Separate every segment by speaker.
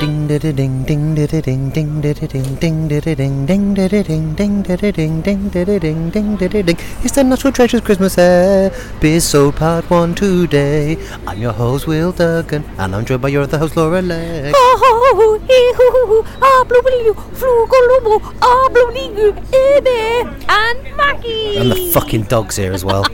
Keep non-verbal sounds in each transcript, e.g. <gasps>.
Speaker 1: Ding da da ding ding da da ding ding da da ding ding da da ding ding da da ding ding da da ding ding da da ding ding da da ding. Is that not what treasures Christmas Biz So Part One today. I'm your host Will Duggan, and I'm joined by your other host Laura Leck. And the fucking dogs here as well.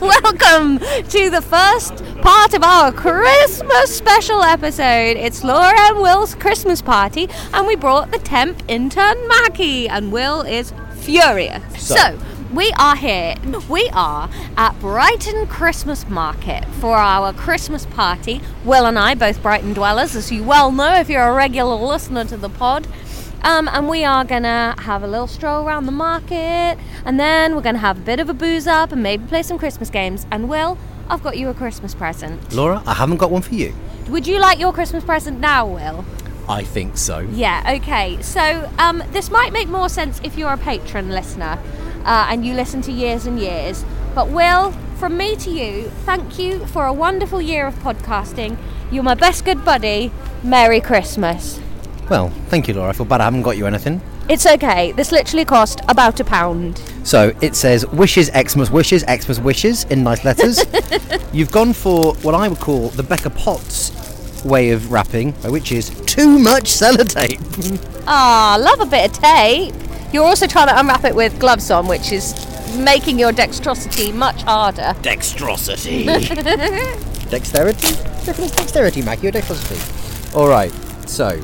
Speaker 2: Welcome to the first part of our Christmas special episode. It's Laura and Will's Christmas party, and we brought the temp intern Maggie, and Will is furious. So, we are here. We are at Brighton Christmas Market for our Christmas party. Will and I, both Brighton dwellers, as you well know if you're a regular listener to the pod. Um, and we are gonna have a little stroll around the market, and then we're gonna have a bit of a booze up and maybe play some Christmas games. And Will, I've got you a Christmas present.
Speaker 1: Laura, I haven't got one for you.
Speaker 2: Would you like your Christmas present now, Will?
Speaker 1: I think so.
Speaker 2: Yeah, okay. So um, this might make more sense if you're a patron listener uh, and you listen to years and years. But Will, from me to you, thank you for a wonderful year of podcasting. You're my best good buddy. Merry Christmas.
Speaker 1: Well, thank you, Laura. I feel bad I haven't got you anything.
Speaker 2: It's okay. This literally cost about a pound.
Speaker 1: So it says wishes, Xmas wishes, Xmas wishes in nice letters. You've gone for what I would call the Becca Potts way of wrapping, which is too much sellotape.
Speaker 2: Ah, love a bit of tape. You're also trying to unwrap it with gloves on, which is making your dexterity much harder. <laughs>
Speaker 1: <laughs> Dexterosity. dexterity? Definitely dexterity, Maggie, or dexterosity. Alright, so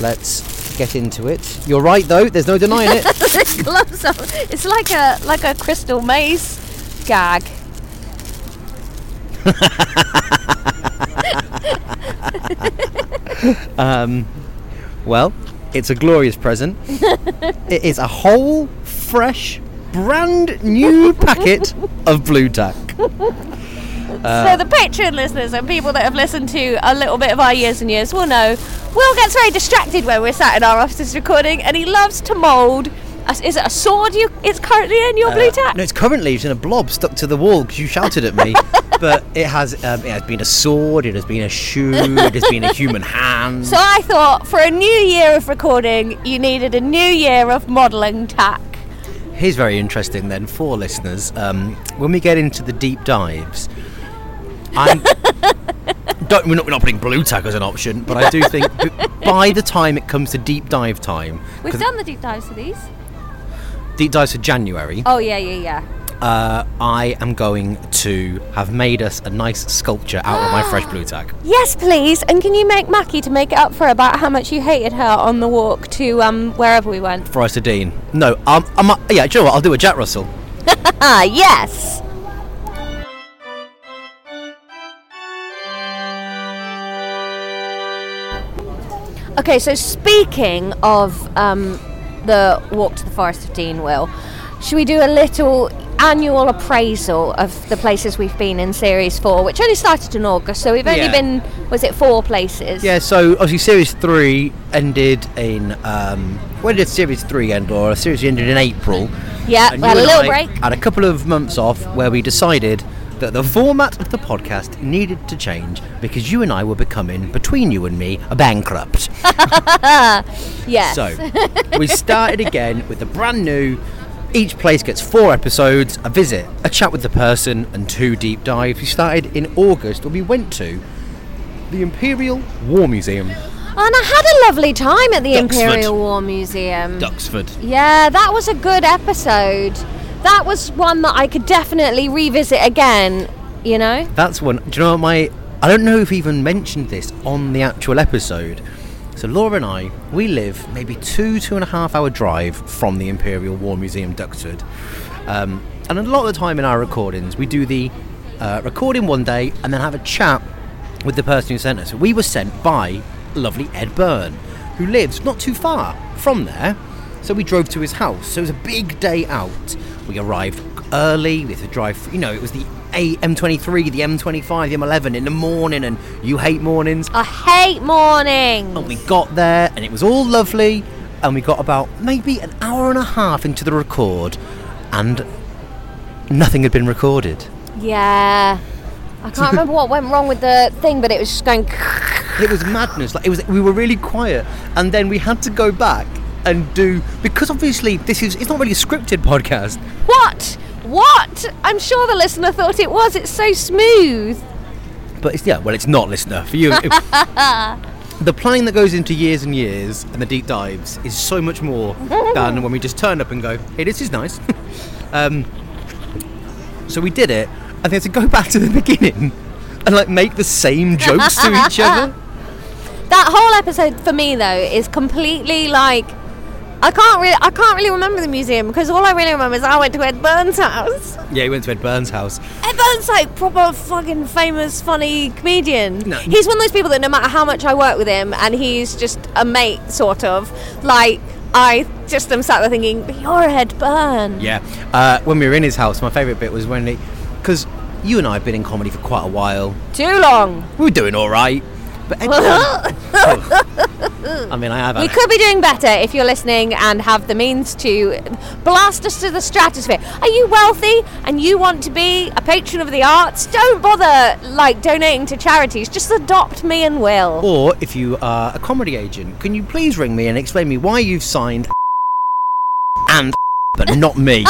Speaker 1: let's get into it. You're right though, there's no denying it.
Speaker 2: gloves on. It's like a like a crystal maze gag.
Speaker 1: Um, well, it's a glorious
Speaker 2: <laughs>
Speaker 1: present. it is a whole, fresh, brand new packet of blue tack.
Speaker 2: so the Patreon listeners and people that have listened to a little bit of our years and years will know Will gets very distracted when we're sat in our offices recording, and he loves to mould. a- Is it a sword? You? It's currently in your blue tack.
Speaker 1: Uh, No, it's currently it's in a blob stuck to the wall because you shouted at
Speaker 2: <laughs>
Speaker 1: me. but it has um, it has been a sword, it has been a shoe, it has been a
Speaker 2: <laughs>
Speaker 1: human hand.
Speaker 2: So I thought for a new year of recording, you needed a new year of modelling tack.
Speaker 1: Here's very interesting then for listeners. Um, when we get into the deep dives,
Speaker 2: <laughs>
Speaker 1: I'm. Don't, we're, not, we're not putting blue tack as an option, but I do think
Speaker 2: <laughs>
Speaker 1: b- by the time it comes to deep dive time,
Speaker 2: We've
Speaker 1: 'cause
Speaker 2: done the deep dives for these.
Speaker 1: deep dives for January,
Speaker 2: Oh yeah, yeah, yeah.
Speaker 1: uh, I am going to have made us a nice sculpture out
Speaker 2: <gasps>
Speaker 1: of my fresh blue tack.
Speaker 2: Yes, please. And can you make Mackie to make it up for about how much you hated her on the walk to um wherever we went?
Speaker 1: Fries to Dean. No, um, I'm, yeah, do you know what? I'll do a Jack Russell.
Speaker 2: Ah, yes. Okay, so speaking of um, the walk to the forest of Dean, Will, Should we do a little annual appraisal of the places we've been in Series 4, which only started in August, so we've only
Speaker 1: Yeah.
Speaker 2: been, was it four places?
Speaker 1: Yeah, so obviously series three ended in um, when did series three end? Laura? series ended in April.
Speaker 2: Yeah,
Speaker 1: And you
Speaker 2: we had a
Speaker 1: and
Speaker 2: little
Speaker 1: I
Speaker 2: break.
Speaker 1: Had a couple of months off where we decided that the format of the podcast needed to change because you and I were becoming, between you and me, a bankrupt.
Speaker 2: Yeah.
Speaker 1: So we started again with the brand new. Each place gets four episodes, a visit, a chat with the person, and two deep dives. We started in August, and we went to the Imperial War Museum.
Speaker 2: And I had a lovely time at the
Speaker 1: Duxford.
Speaker 2: Imperial War Museum.
Speaker 1: Duxford.
Speaker 2: Yeah, that was a good episode. That was one that I could definitely revisit again, you know?
Speaker 1: That's one. Do you know what my? I don't know if we even mentioned this on the actual episode. So Laura and I, we live maybe two two and a half hour drive from the Imperial War Museum, Duxford. Um, and a lot of the time in our recordings, we do the uh, recording one day and then have a chat with the person who sent us. We were sent by lovely Ed Byrne, who lives not too far from there. So we drove to his house. So it was a big day out. We arrived early. We had to drive. You know, it was the A M23, the M25, the M11 in the morning, and you hate mornings.
Speaker 2: I hate mornings.
Speaker 1: And we got there, and it was all lovely. And we got about maybe an hour and a half into the record, and nothing had been recorded.
Speaker 2: Yeah.
Speaker 1: <laughs>
Speaker 2: I can't remember what went wrong with the thing, but it was just going. <laughs>
Speaker 1: It was madness. Like it was, we were really quiet, and then we had to go back and do because obviously this is it's not really a scripted podcast.
Speaker 2: What? What? I'm sure the listener thought it was. It's so smooth.
Speaker 1: But it's yeah, well, it's not listener for you. it- the planning that goes into years and years and the deep dives is so much more than when we just turn up and go, "Hey, this is nice." <laughs> um, so we did it, and they had to go <laughs> back to the beginning and like make the same jokes to
Speaker 2: <laughs>
Speaker 1: each other.
Speaker 2: That whole episode for me though is completely like I can't really I can't really remember the museum because all I really remember is I went to Ed Burns' house.
Speaker 1: Yeah, we went to Ed Burns' house.
Speaker 2: Ed Burns like proper fucking famous funny comedian.
Speaker 1: No.
Speaker 2: He's one of those people that no matter how much I work with him and he's just a mate sort of like I just am sat there thinking, but you're Ed Burns.
Speaker 1: Yeah. Uh, when we were in his house, my favourite bit was when he, because you and I have been in comedy for quite a while.
Speaker 2: Too long.
Speaker 1: We were doing all right, but Ed <laughs>
Speaker 2: <laughs>
Speaker 1: Burns- Oh. I mean, I have.
Speaker 2: We
Speaker 1: had-
Speaker 2: could be doing better if you're listening and have the means to blast us to the stratosphere. Are you wealthy and you want to be a patron of the arts? Don't bother like donating to charities. Just adopt me and Will.
Speaker 1: <laughs> Or if you are a comedy agent, can you please ring me and explain me why you've signed <laughs> and <laughs> but not
Speaker 2: <laughs>
Speaker 1: me?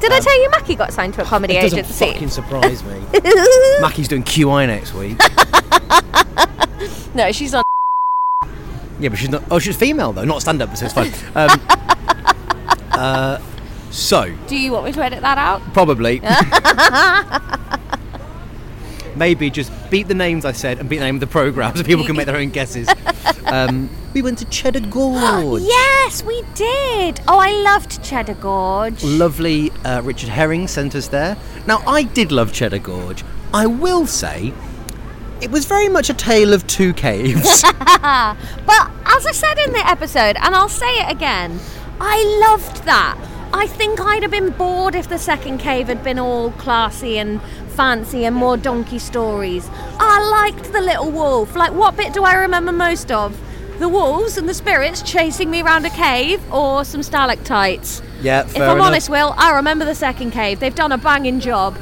Speaker 2: Did I tell you Mackie got signed to a comedy
Speaker 1: Oh, um, it doesn't
Speaker 2: agency?
Speaker 1: fucking surprise me. <laughs>
Speaker 2: <laughs>
Speaker 1: Mackie's doing QI next week.
Speaker 2: no, she's on.
Speaker 1: Yeah, but she's not. Oh, she's female though, not stand up, so it's
Speaker 2: <laughs>
Speaker 1: fine. Um, uh, so
Speaker 2: Do you want me to edit that out? <laughs>
Speaker 1: probably. Maybe just beat the names I said and beat the name of the program so people can make their own
Speaker 2: <laughs>
Speaker 1: guesses. Um, we went to Cheddar Gorge.
Speaker 2: Yes, we did. Oh, I loved Cheddar Gorge.
Speaker 1: lovely uh, Richard Herring sent us there. Now, I did love Cheddar Gorge. I will say, it was very much a tale of two
Speaker 2: <laughs>
Speaker 1: caves.
Speaker 2: But as I said in the episode, and I'll say it again, I loved that. I think I'd have been bored if the second cave had been all classy and fancy and more donkey stories. I liked the little wolf. Like, what bit do I remember most of? The wolves and the spirits chasing me around a cave or some stalactites?
Speaker 1: yeah,
Speaker 2: if I'm honest, Will, I remember the second cave. They've done a banging job.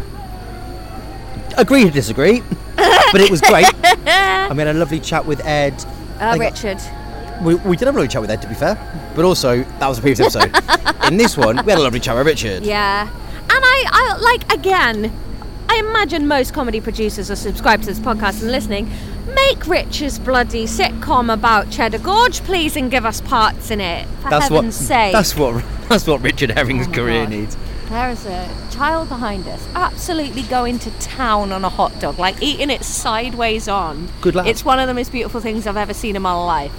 Speaker 1: Agree to disagree, but it was
Speaker 2: <laughs>
Speaker 1: great. I mean, I had a lovely chat with Ed.
Speaker 2: Uh,
Speaker 1: Thank-
Speaker 2: Richard.
Speaker 1: We, we did have a lovely chat with Ed, to be fair, but also that was the previous
Speaker 2: <laughs>
Speaker 1: episode. In this one, we had a lovely chat with Richard.
Speaker 2: Yeah. And I, I like again, I imagine most comedy producers are subscribed to this podcast and listening. Make Rich's bloody sitcom about Cheddar Gorge, please, and give us parts in it. For
Speaker 1: That's what.
Speaker 2: heaven's
Speaker 1: <laughs>
Speaker 2: sake. Oh
Speaker 1: That's what. That's what Richard Herring's career
Speaker 2: God.
Speaker 1: needs.
Speaker 2: There is a child behind us absolutely going to town on a hot dog, like eating it sideways on.
Speaker 1: Good lad.
Speaker 2: It's one of the most beautiful things I've ever seen in my life.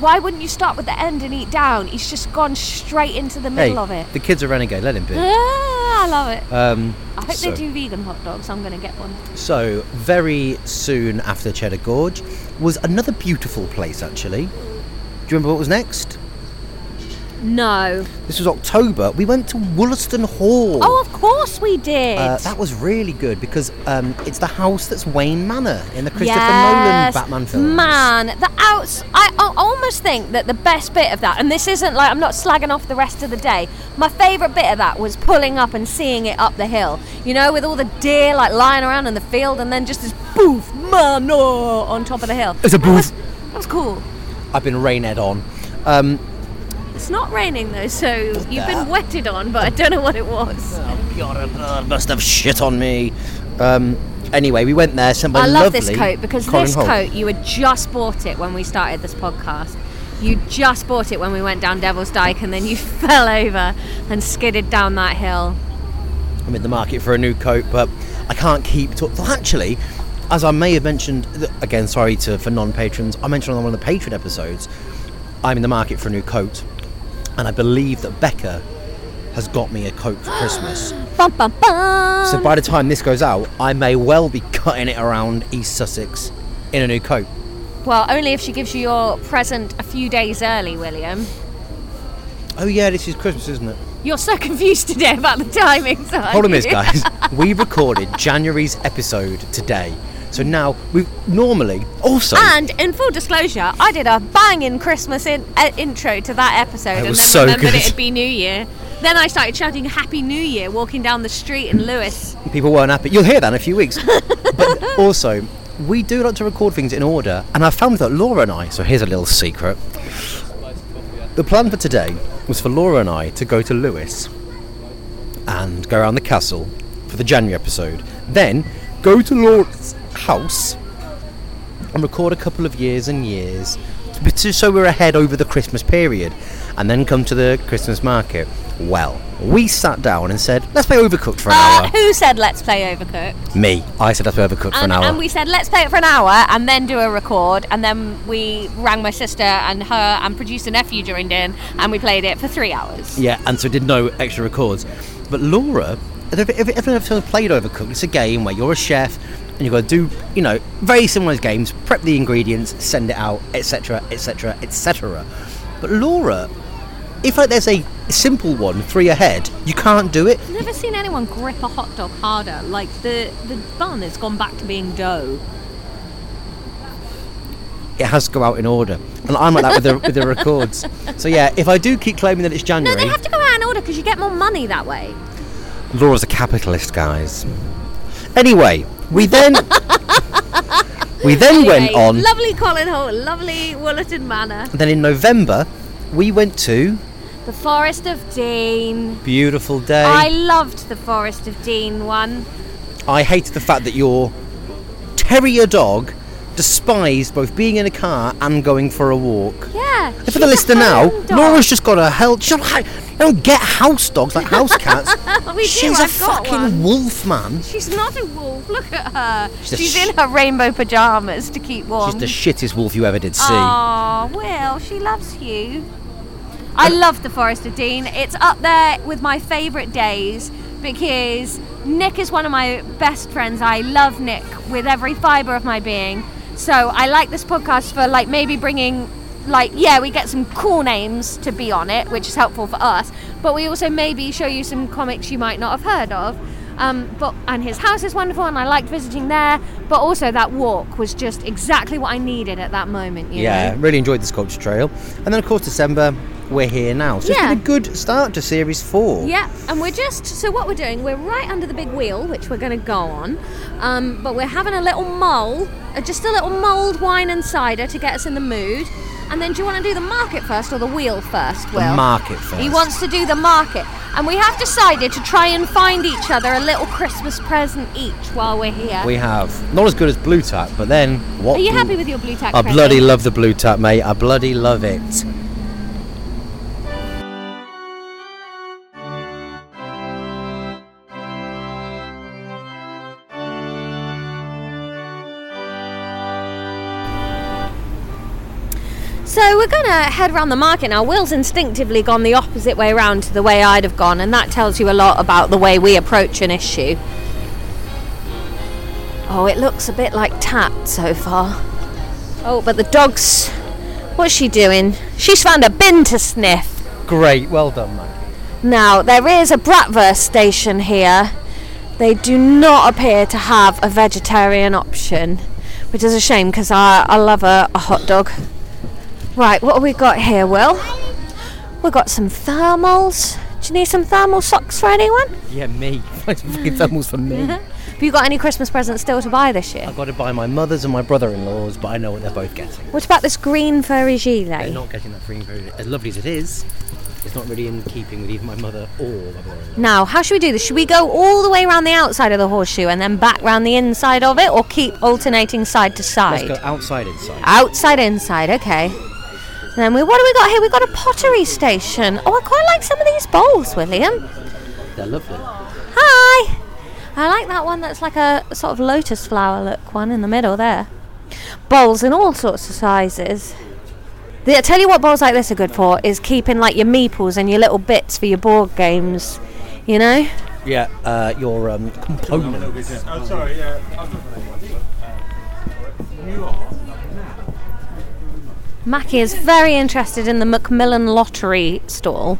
Speaker 2: Why wouldn't you start with the end and eat down? He's just gone straight into the
Speaker 1: Hey,
Speaker 2: middle of it.
Speaker 1: the kid's a renegade. Let him be.
Speaker 2: Ah, I love it.
Speaker 1: Um,
Speaker 2: I hope
Speaker 1: so-
Speaker 2: they do vegan hot dogs. I'm going to get one.
Speaker 1: So, very soon after Cheddar Gorge was another beautiful place, actually. Do you remember what was next?
Speaker 2: No.
Speaker 1: This was October. We went to Wollaston Hall.
Speaker 2: Oh, of course we did.
Speaker 1: Uh, that was really good because um, it's the house that's Wayne Manor in the Christopher Nolan
Speaker 2: Yes.
Speaker 1: Batman films.
Speaker 2: Man, the outs. I, I almost think that the best bit of that, and this isn't like I'm not slagging off the rest of the day. My favourite bit of that was pulling up and seeing it up the hill. You know, with all the deer like lying around in the field, and then just this boof, man, oh, on top of the hill.
Speaker 1: It's a
Speaker 2: That was-
Speaker 1: boof.
Speaker 2: That was cool.
Speaker 1: I've been rained on. Um,
Speaker 2: It's not raining though, so you've been wetted on, but I don't know what it was.
Speaker 1: God, it uh, must have shit on me. Um, anyway, we went there. Sent by
Speaker 2: I love
Speaker 1: lovely
Speaker 2: this coat because
Speaker 1: Colin
Speaker 2: this
Speaker 1: Holt.
Speaker 2: coat you had just bought it when we started this podcast. You just bought it when we went down Devil's Dyke, and then you <laughs> fell over and skidded down that hill.
Speaker 1: I'm in the market for a new coat, but I can't keep. To- well, actually, as I may have mentioned th- again, sorry to for non-patrons. I mentioned on one of the patron episodes, I'm in the market for a new coat, and I believe that Becca has got me a coat for
Speaker 2: <gasps>
Speaker 1: Christmas.
Speaker 2: Bum bum bum.
Speaker 1: so by the time this goes out, I may well be cutting it around East Sussex in a new coat.
Speaker 2: well, only if she gives you your present a few days early, William.
Speaker 1: Oh yeah, this is Christmas, isn't it?
Speaker 2: You're so <laughs> confused today about the timings. aren't
Speaker 1: Problem
Speaker 2: <laughs>
Speaker 1: is,
Speaker 2: you?
Speaker 1: guys, we recorded January's episode today, so now we normally also.
Speaker 2: And in full disclosure, I did a banging Christmas in, uh, intro to that episode, and then
Speaker 1: was so
Speaker 2: remembered
Speaker 1: good.
Speaker 2: it'd be New Year. Then I started shouting "Happy New Year" walking down the street in Lewis.
Speaker 1: people weren't happy. You'll hear that in a few weeks. but also, we do like to record things in order, and I found that Laura and I. So here's a little secret. The plan for today was for Laura and I to go to Lewis and go around the castle for the January episode. Then go to Laura's house and record a couple of years and years, but just so we're ahead over the Christmas period, and then come to the Christmas market. Well, we sat down and said, let's play Overcooked
Speaker 2: <laughs>
Speaker 1: for an hour.
Speaker 2: Uh, who said let's play Overcooked?
Speaker 1: Me. I said that's overcooked for
Speaker 2: And,
Speaker 1: an hour.
Speaker 2: and we said let's play it for an hour and then do a record. And then we rang my sister and her and producer nephew joined in and we played it for three hours.
Speaker 1: yeah, and so did no extra records. But Laura, if if- if anyone has played Overcooked, it's a game where you're a chef and you've got to do, you know, very similar to games, prep the ingredients, send it out, etc., etc., etc. But Laura, if like there's a simple one, three ahead, you can't do it.
Speaker 2: I've never seen anyone grip a hot dog harder. Like the the bun has gone back to being dough.
Speaker 1: It has to go out in order. And I'm like that with the, with the
Speaker 2: <laughs>
Speaker 1: records. So yeah, if I do keep claiming that it's
Speaker 2: No,
Speaker 1: January,
Speaker 2: they have to go out in order because you get more money that way.
Speaker 1: Laura's a capitalist, guys. Anyway, we
Speaker 2: <laughs>
Speaker 1: then we then went
Speaker 2: Anyway,
Speaker 1: on.
Speaker 2: Lovely Colin Hall, lovely Woolerton Manor.
Speaker 1: Then in November, we went to
Speaker 2: The Forest of Dean.
Speaker 1: beautiful day.
Speaker 2: I
Speaker 1: I,
Speaker 2: loved the Forest of Dean one.
Speaker 1: hated the fact that your terrier dog despised both being in a car and going for a walk.
Speaker 2: Yeah.
Speaker 1: And
Speaker 2: she's
Speaker 1: for the
Speaker 2: a
Speaker 1: listener now,
Speaker 2: home dog.
Speaker 1: Laura's just got a hell. She don't, ha- you don't get house dogs like house cats.
Speaker 2: <laughs> We do,
Speaker 1: She's a
Speaker 2: I've got
Speaker 1: fucking
Speaker 2: one.
Speaker 1: wolf, man.
Speaker 2: She's not a wolf. Look at her.
Speaker 1: She's a
Speaker 2: She's,
Speaker 1: sh-
Speaker 2: in her rainbow pajamas to keep warm.
Speaker 1: She's the shittest wolf you ever did see.
Speaker 2: Oh, Aw, Will, she loves you. I love the Forest of Dean. It's up there with my favourite days because Nick is one of my best friends. I love Nick with every fibre of my being. So I like this podcast for like maybe bringing like yeah we get some cool names to be on it which is helpful for us but we also maybe show you some comics you might not have heard of um, but and his house is wonderful, and I liked visiting there. But also that walk was just exactly what I needed at that moment. You
Speaker 1: Yeah,
Speaker 2: know?
Speaker 1: really enjoyed the sculpture trail. And then, of course, December, we're here now. So
Speaker 2: Yeah.
Speaker 1: it's been a good start to series four.
Speaker 2: Yeah, and we're just so what we're doing, we're right under the big wheel, which we're going to go on. Um, but we're having a little mull, uh, just a little mulled wine and cider to get us in the mood. And then, do you want to do the market first or the wheel first? Will
Speaker 1: market first.
Speaker 2: He wants to do the market, and we have decided to try and find each other a little Christmas present each while we're here.
Speaker 1: We have not as good as Blue Tap, but then what?
Speaker 2: Are you
Speaker 1: blue-
Speaker 2: happy with your blue tack?
Speaker 1: I
Speaker 2: present?
Speaker 1: bloody love the Blue Tap, mate. I bloody love it.
Speaker 2: So we're going to head round the market now. Will's instinctively gone the opposite way round to the way I'd have gone, and that tells you a lot about the way we approach an issue. Oh, it looks a bit like tat so far. Oh, but the dog's. What's she doing? She's found a bin to sniff.
Speaker 1: Great, well done, Maggie.
Speaker 2: Now, there is a Bratwurst station here. They do not appear to have a vegetarian option, which is a shame because I, I love a, a hot dog. Right, what have we got here, Will? We've got some thermals. Do you need some thermal socks for anyone?
Speaker 1: Yeah, me. <laughs>
Speaker 2: <laughs>
Speaker 1: Fucking thermals for me.
Speaker 2: Have you got any Christmas presents still to buy this year?
Speaker 1: I've got to buy my mother's and my brother-in-law's, but I know what they're both getting.
Speaker 2: What about this green furry
Speaker 1: They're
Speaker 2: gilet?
Speaker 1: not getting that free food. As lovely as it is, it's not really in keeping with either my mother or my brother-in-law.
Speaker 2: Now, how should we do this? Should we go all the way around the outside of the horseshoe and then back round the inside of it, or keep alternating side to
Speaker 1: Let's go
Speaker 2: side?
Speaker 1: outside inside.
Speaker 2: Outside, inside, okay. And then we, what do we got here? We've got a pottery station. Oh, I quite like some of these bowls, William.
Speaker 1: They're lovely.
Speaker 2: Hi! I like that one that's like a sort of lotus flower look one in the middle there. Bowls in all sorts of sizes. The, I tell you what bowls like this are good for is keeping like your meeples and your little bits for your board games. You know?
Speaker 1: Yeah, uh, your um, components.
Speaker 2: Mackie is very interested in the Macmillan lottery stall.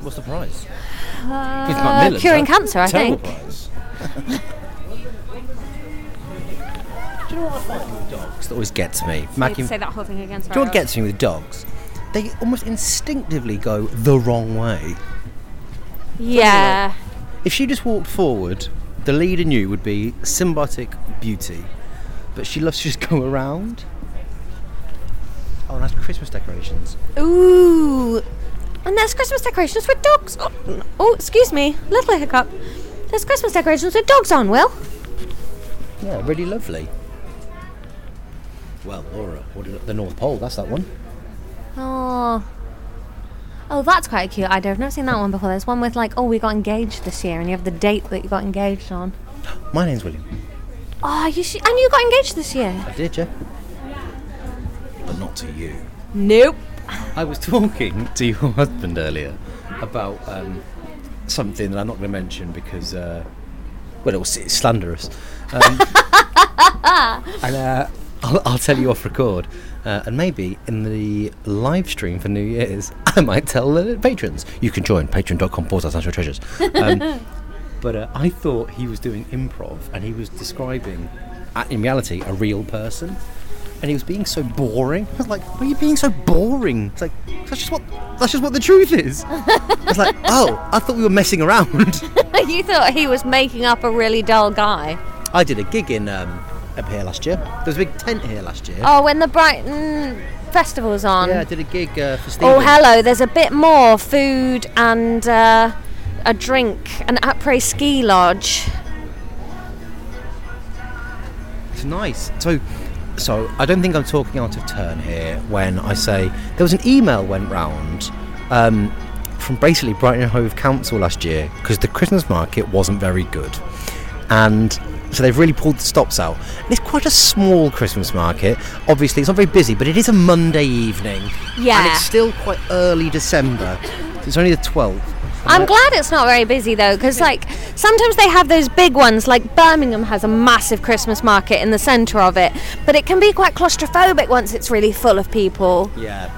Speaker 1: What's the prize?
Speaker 2: Uh, curing cancer, I think.
Speaker 1: Prize. Do you know what I find with dogs that always gets me? Mackie, do you
Speaker 2: that whole thing again.
Speaker 1: know what gets me with dogs? They almost instinctively go the wrong way.
Speaker 2: Yeah.
Speaker 1: If she just walked forward, the lead in you would be symbiotic beauty. But she loves to just go around. Oh, nice Christmas decorations.
Speaker 2: Ooh. And there's Christmas decorations with dogs. Oh, n- oh, excuse me. Little hiccup. There's Christmas decorations with dogs on, Will.
Speaker 1: Yeah, really lovely. Well, Laura, what did, the North Pole, that's that one.
Speaker 2: Oh. Oh, that's quite a cute idea. I've never seen that one before. There's one with like, oh, we got engaged this year, and you have the date that you got engaged on.
Speaker 1: My name's William.
Speaker 2: Oh, you should, and you got engaged this year.
Speaker 1: I did, yeah. But not to you.
Speaker 2: Nope. <laughs>
Speaker 1: I was talking to your <laughs> husband earlier about um, something that I'm not going to mention because, uh, well, it was it's slanderous. <laughs> Um, and uh, I'll, I'll tell you off record. Uh, and maybe in the live stream for New Year's, <laughs> I might tell the patrons. You can join patreon.com forward slash National treasures. Um, but uh, I thought he was doing improv and he was describing, uh, in reality, a real person. And he was being so boring. I was like, "Why are you being so boring?" It's like, "That's just what. That's just what the truth is." I was like, "Oh, I thought we were messing around." <laughs>
Speaker 2: you thought he was making up a really dull guy.
Speaker 1: I did a gig in um, up here last year. There was a big tent here last year.
Speaker 2: Oh, when the Brighton festival's on.
Speaker 1: Yeah, I did a gig uh, for Stephen.
Speaker 2: Oh, hello. There's a bit more food and uh, a drink, an après ski lodge.
Speaker 1: It's nice. So, so I don't think I'm talking out of turn here when I say there was an email went round um, from basically Brighton and Hove Council last year because the Christmas market wasn't very good, and so they've really pulled the stops out. And it's quite a small Christmas market. Obviously, it's not very busy, but it is a Monday evening, and
Speaker 2: Yeah.
Speaker 1: it's still quite early December. So it's only the twelfth.
Speaker 2: I'm glad it's not very busy though, because like sometimes they have those big ones. Like Birmingham has a massive Christmas market in the centre of it, but it can be quite claustrophobic once it's really full of people.
Speaker 1: Yeah,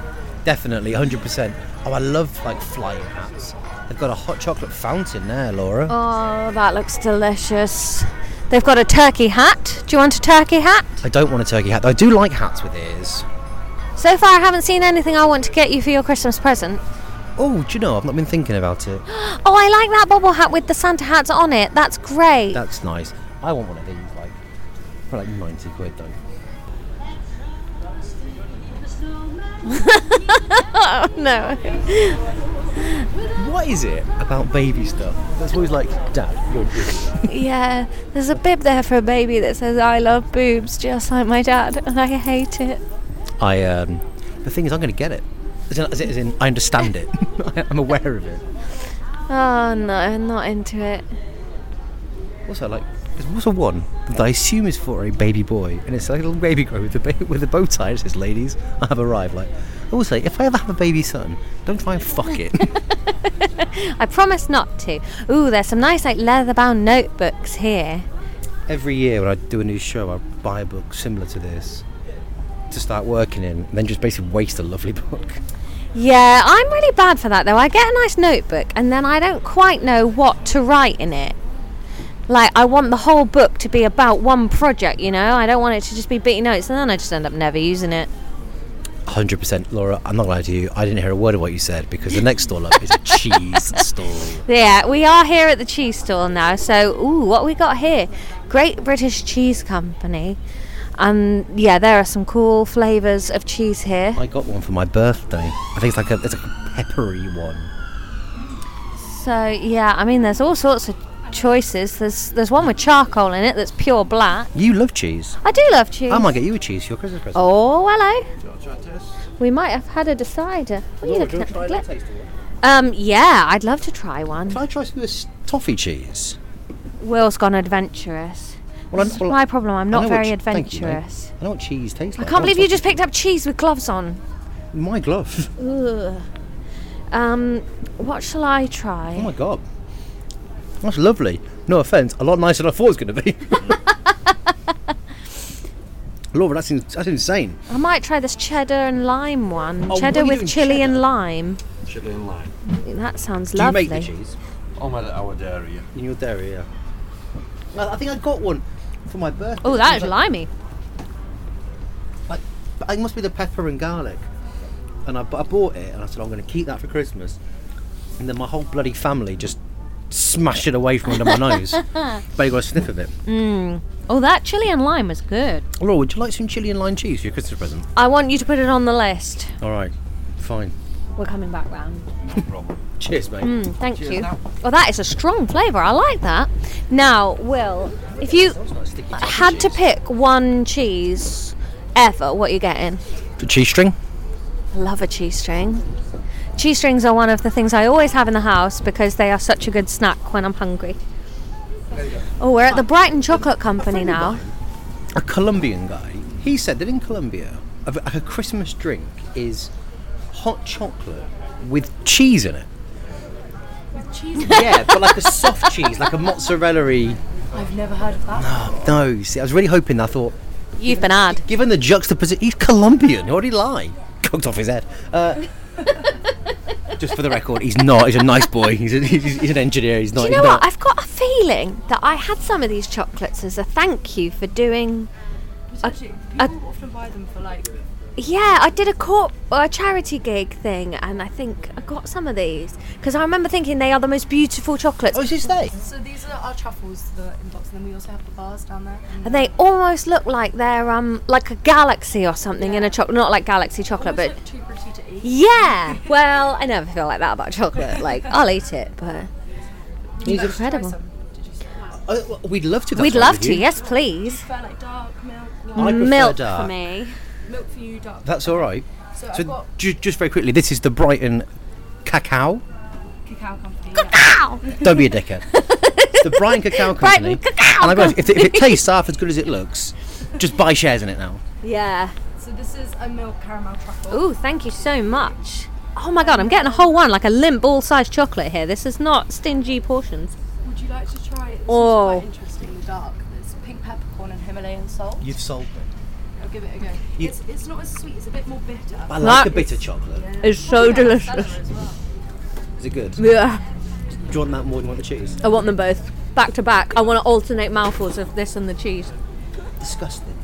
Speaker 1: definitely, 100%. Oh, I love like flying hats. They've got a hot chocolate fountain there, Laura.
Speaker 2: Oh, that looks delicious. They've got a turkey hat. Do you want a turkey hat?
Speaker 1: I don't want a turkey hat. though. I do like hats with ears.
Speaker 2: So far, I haven't seen anything I want to get you for your Christmas present.
Speaker 1: Oh, do you know? I've not been thinking about it.
Speaker 2: Oh, I like that bobble hat with the Santa hats on it. That's great.
Speaker 1: That's nice. I want one of these, like for like 90 quid though.
Speaker 2: <laughs> no.
Speaker 1: What is it about baby stuff? That's always like, Dad, you're doing
Speaker 2: Yeah, there's a bib there for a baby that says "I love boobs," just like my dad, and I hate it.
Speaker 1: I um, the thing is, I'm going to get it. As in, as in- as in, I understand it. <laughs> I'm aware of it.
Speaker 2: Oh no, I'm not into it.
Speaker 1: Also, like, there's also one that I assume is for a baby boy, and it's a little baby girl with a ba- with a bow tie. It says, "Ladies, I have arrived." Like, also, if I ever have a baby son, don't try and fuck it.
Speaker 2: I promise not to. Ooh, there's some nice like leather-bound notebooks here.
Speaker 1: Every year when I do a new show, I buy a book similar to this to start working in, and then just basically waste a lovely <laughs> book.
Speaker 2: Yeah, I'm really bad for that though. I get a nice notebook and then I don't quite know what to write in it. Like, I want the whole book to be about one project, you know? I don't want it to just be beating notes and then I just end up never using it.
Speaker 1: 100% Laura, I'm not lying to you. I didn't hear a word of what you said because the next stall up is a <laughs> cheese stall.
Speaker 2: Yeah, we are here at the cheese stall now. So, ooh, what we got here? Great British Cheese Company. And yeah, there are some cool flavours of cheese here.
Speaker 1: I got one for my birthday. I think it's like a, it's like a peppery one.
Speaker 2: So yeah, I mean, there's all sorts of choices. There's there's one with charcoal in it that's pure black.
Speaker 1: You love cheese.
Speaker 2: I do love cheese.
Speaker 1: I might get you a cheese for your Christmas present.
Speaker 2: Oh, hello. We might have had a decider. What are you looking at? Gla- Um, yeah, I'd love to try one.
Speaker 1: Can I try some of this toffee cheese?
Speaker 2: Will's gone adventurous.
Speaker 1: Well, I-
Speaker 2: This is
Speaker 1: well,
Speaker 2: my problem. I'm
Speaker 1: I
Speaker 2: not
Speaker 1: know what
Speaker 2: very
Speaker 1: che- thank you, mate.
Speaker 2: adventurous.
Speaker 1: I know what cheese tastes
Speaker 2: I
Speaker 1: like.
Speaker 2: can't believe
Speaker 1: want
Speaker 2: you just picked up cheese with gloves on.
Speaker 1: toffee- my
Speaker 2: <laughs>
Speaker 1: glove.
Speaker 2: Ugh. Um, what shall I
Speaker 1: Oh
Speaker 2: try?
Speaker 1: my god, that's lovely. No offense, a lot nicer than I thought it was going to be. <laughs> Laura, that's in, that's insane.
Speaker 2: I might try this cheddar and lime one.
Speaker 1: Oh, what are
Speaker 2: cheddar
Speaker 1: you
Speaker 2: with
Speaker 1: doing
Speaker 2: chili and
Speaker 1: cheddar?
Speaker 2: lime.
Speaker 3: Chili and lime.
Speaker 2: That sounds
Speaker 1: Do you
Speaker 2: lovely.
Speaker 1: make the cheese
Speaker 3: Oh my, I would dare you.
Speaker 1: in your dairy? Yeah. I, I think I got one for my birthday.
Speaker 2: Oh,
Speaker 1: It
Speaker 2: that
Speaker 1: was
Speaker 2: is
Speaker 1: like-
Speaker 2: limey.
Speaker 1: I, but it must be the pepper and garlic. And I, bu- I bought it and I said, I'm going to keep that for Christmas. And then my whole bloody family just smashed it away from under
Speaker 2: <laughs>
Speaker 1: my nose. But you got a sniff of it.
Speaker 2: Oh, that chili and lime is good.
Speaker 1: Laura, would you like some chili and lime cheese for your Christmas present?
Speaker 2: I want you to put it on the list.
Speaker 1: All right, fine.
Speaker 2: We're coming back round.
Speaker 1: Cheers, mate.
Speaker 2: Mm, thank you. Well, that is a strong flavour. I like that. Now, Will, if you had to pick one cheese ever, what are you getting?
Speaker 1: The cheese string?
Speaker 2: Love a cheese string. Cheese strings are one of the things I always have in the house because they are such a good snack when I'm hungry. Oh, we're at the Brighton Chocolate Company now.
Speaker 1: A Colombian guy. He said that in Colombia, a, a Christmas drink is hot chocolate with cheese in it. Cheese? Yeah, but like a soft cheese, like a mozzarella y
Speaker 4: I've never heard of that.
Speaker 1: No, see, I was really hoping. I thought,
Speaker 2: You've been ad.
Speaker 1: given the juxtaposition, he's Colombian. What did he lie? Cooked off his head. Uh, <laughs> just for the record, he's not. He's a nice boy. He's, a, he's, he's an engineer. He's not.
Speaker 2: Do you
Speaker 1: he's
Speaker 2: know what?
Speaker 1: not-
Speaker 2: I've got a feeling that I had some of these chocolates as a thank you for doing
Speaker 4: Actually, people often buy them for like
Speaker 2: Yeah, I did a corp or a charity gig thing, and I think I got some of these because I remember thinking they are the most beautiful chocolates,
Speaker 1: Oh, is this they?
Speaker 4: So these are our truffles, the inbox, and then we also have the bars down there.
Speaker 2: and they almost look like they're um like a galaxy or something in a chocolate, not like galaxy chocolate, but
Speaker 4: Almost look too pretty to eat.
Speaker 2: yeah. well, I never feel like that about chocolate. Like I'll eat it, but
Speaker 1: He's a-
Speaker 2: incredible.
Speaker 1: Oh, well, we'd love to.
Speaker 2: We'd
Speaker 1: that's
Speaker 2: love
Speaker 1: with
Speaker 2: to,
Speaker 1: you.
Speaker 2: yes, please.
Speaker 4: Fair like dark milk,
Speaker 1: I
Speaker 4: light
Speaker 1: prefer
Speaker 2: Milk for
Speaker 1: dark.
Speaker 2: me.
Speaker 4: milk for you, dark.
Speaker 1: That's all right.
Speaker 4: so,
Speaker 1: So,
Speaker 4: I've got
Speaker 1: ju- just very quickly, this is the Brighton cacao.
Speaker 4: cacao company.
Speaker 1: Don't be a dickhead. It's the Brighton Cacao Company.
Speaker 2: <laughs> Brighton Cacao
Speaker 1: and I realize, if, it, if it tastes half as good as it looks, just buy shares in it now.
Speaker 2: Yeah.
Speaker 4: yeah. So this is a milk caramel truffle.
Speaker 2: Ooh, thank you so much. Oh my god, I'm getting a whole one, like a limp, all-sized chocolate here. This is not stingy portions.
Speaker 4: Would you like to try it? This
Speaker 2: Oh.
Speaker 4: is quite interesting. The dark. It's pink peppercorn and Himalayan salt.
Speaker 1: You've sold me.
Speaker 4: I'll give it a go.
Speaker 1: You-
Speaker 4: It's, it's not as sweet. It's a bit more bitter.
Speaker 1: I like
Speaker 2: That-
Speaker 1: a bit of chocolate.
Speaker 2: It's so delicious.
Speaker 4: Better as well.
Speaker 1: Is it good? Do
Speaker 2: Yeah.
Speaker 1: you want that more than you want the cheese?
Speaker 2: I want them both back to back. I want to alternate mouthfuls of this and the cheese.
Speaker 1: Disgusting.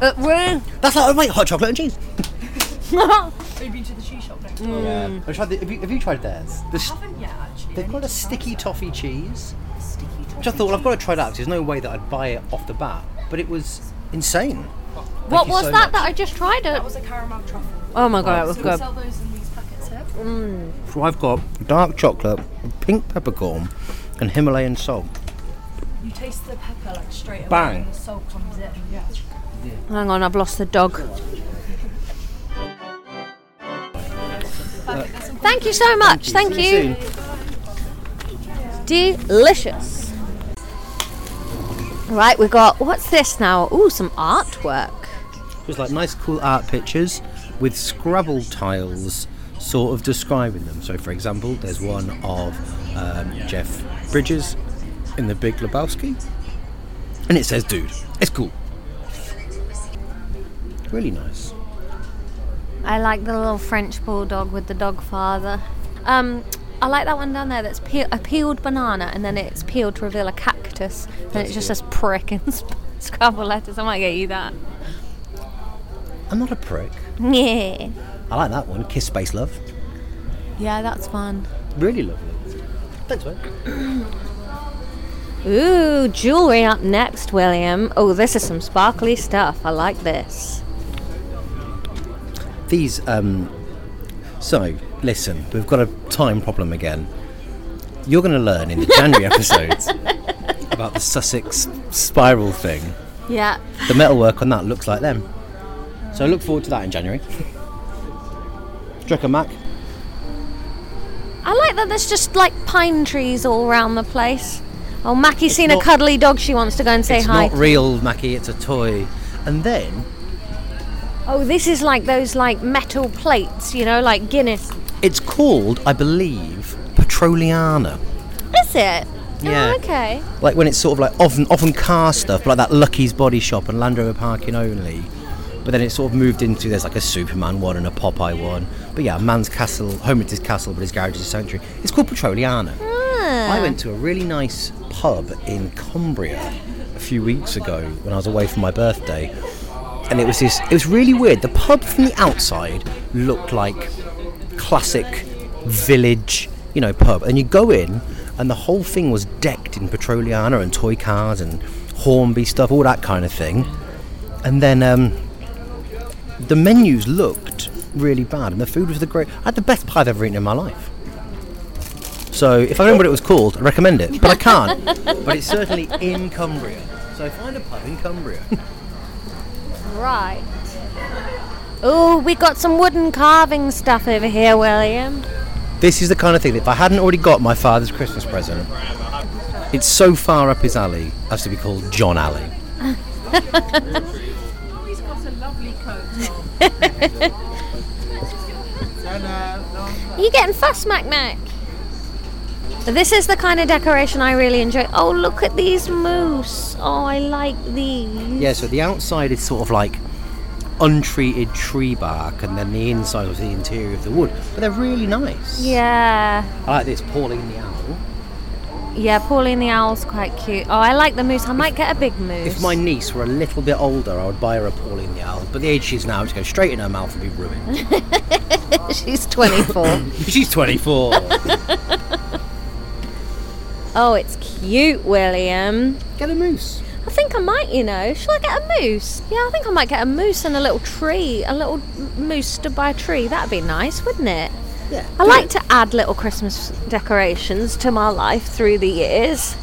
Speaker 2: Uh, really?
Speaker 1: That's like, oh, mate, hot chocolate and cheese. Oh,
Speaker 4: Have you been to the cheese shop next?
Speaker 1: Yeah. I tried the, have, you, have you tried theirs? The s-
Speaker 4: I haven't yet actually. I
Speaker 1: they've got
Speaker 4: need
Speaker 1: a
Speaker 4: to try
Speaker 1: sticky
Speaker 4: some.
Speaker 1: toffee cheese,
Speaker 4: Sticky
Speaker 1: which I
Speaker 4: toffee
Speaker 1: thought, well, I've got to
Speaker 4: cheese.
Speaker 1: try that because there's no way that I'd buy it off the bat. But it was insane.
Speaker 2: what
Speaker 1: you
Speaker 2: was
Speaker 1: so much.
Speaker 2: that that I just tried?
Speaker 4: That
Speaker 2: It?
Speaker 4: was a caramel truffle.
Speaker 2: Oh my god, it was
Speaker 4: So we
Speaker 2: good.
Speaker 4: sell those in these packets here.
Speaker 1: So I've got dark chocolate, pink peppercorn, and Himalayan salt.
Speaker 4: You taste the pepper like straight away,
Speaker 1: Bang.
Speaker 4: and the salt comes in. Yeah.
Speaker 2: Hang on, I've lost the dog. Thank you so much. Thank you. Delicious. Right, we've got what's this now? Ooh, some artwork.
Speaker 1: Just like nice, cool art pictures with Scrabble tiles sort of describing them. So, for example, there's one of um, Jeff Bridges in The Big Lebowski, and it says "Dude." It's cool. Really nice.
Speaker 2: I like the little French bulldog with the dog father. Um, I like that one down there that's peel, a peeled banana and then it's peeled to reveal a cactus. Then it
Speaker 1: That's
Speaker 2: just
Speaker 1: good.
Speaker 2: says prick in <laughs> sp- Scrabble letters. I might get you that.
Speaker 1: I'm not a prick.
Speaker 2: Yeah.
Speaker 1: I like that one. Kiss Space Love.
Speaker 2: Yeah, that's fun.
Speaker 1: Really lovely. Thanks, mate.
Speaker 2: Ooh, jewelry up next, William. Oh, this is some sparkly stuff. I like this.
Speaker 1: These, um. So, listen, we've got a time problem again. You're going to learn in the January episodes about the Sussex spiral thing.
Speaker 2: Yeah.
Speaker 1: The metalwork on that looks like them. So, look forward to that in January. Drucker Mac.
Speaker 2: I like that there's just like pine trees all around the place. Oh, Mackie's seen
Speaker 1: not-
Speaker 2: a cuddly dog she wants to go and say
Speaker 1: it's
Speaker 2: hi.
Speaker 1: not real, Mackie, it's a toy. And then
Speaker 2: oh, this is like those like metal plates, you know, like Guinness.
Speaker 1: it's called, I believe, Petroliana.
Speaker 2: Is it?
Speaker 1: Yeah.
Speaker 2: Oh, okay.
Speaker 1: Like when it's sort of like often often car stuff, like that Lucky's Body Shop and Land Rover parking only. But then it sort of moved into there's like a Superman one and a Popeye one. But yeah, man's castle, home is his castle, but his garage is his sanctuary. It's called Petroliana. I went to a really nice pub in Cumbria a few weeks ago when I was away for my birthday. And it was this it was really weird. The pub from the outside looked like classic village, you know, pub. And you go in and the whole thing was decked in Petroliana and toy cars and Hornby stuff, all that kind of thing. And then um, the menus looked really bad and the food was the great I had the best pie I've ever eaten in my life. So if I remember what it was called, I recommend it. But I can't. but it's certainly in Cumbria. So find a pub in Cumbria.
Speaker 2: Right. Oh, we got some wooden carving stuff over here, William.
Speaker 1: This is the kind of thing that if I hadn't already got my father's Christmas present, it's so far up his alley as to be called John Alley.
Speaker 5: He's got a lovely coat.
Speaker 2: Are you getting fuss, Mac Mac? This is the kind of decoration I really enjoy. Oh, look at these moose. Oh, I like these.
Speaker 1: Yeah, so the outside is sort of like untreated tree bark, and then the inside was the interior of the wood. But they're really nice.
Speaker 2: Yeah.
Speaker 1: I like this Pauline the owl.
Speaker 2: Yeah, Pauline the owl's quite cute. Oh, I like the moose. I might get a big moose.
Speaker 1: If my niece were a little bit older, I would buy her a Pauline the owl. But the age she's now, it goes straight in her mouth and be
Speaker 2: <laughs>
Speaker 1: ruined.
Speaker 2: <laughs>
Speaker 1: <laughs>
Speaker 2: She's 24.
Speaker 1: she's
Speaker 2: <laughs>
Speaker 1: 24.
Speaker 2: oh, it's cute, William.
Speaker 1: Get a moose.
Speaker 2: I think I might, you know. Shall I get a moose? Yeah, I think I might get a moose and a little tree. A little m- moose stood by a tree. That'd be nice, wouldn't it?
Speaker 1: Yeah.
Speaker 2: I like to add little Christmas decorations to my life through the years.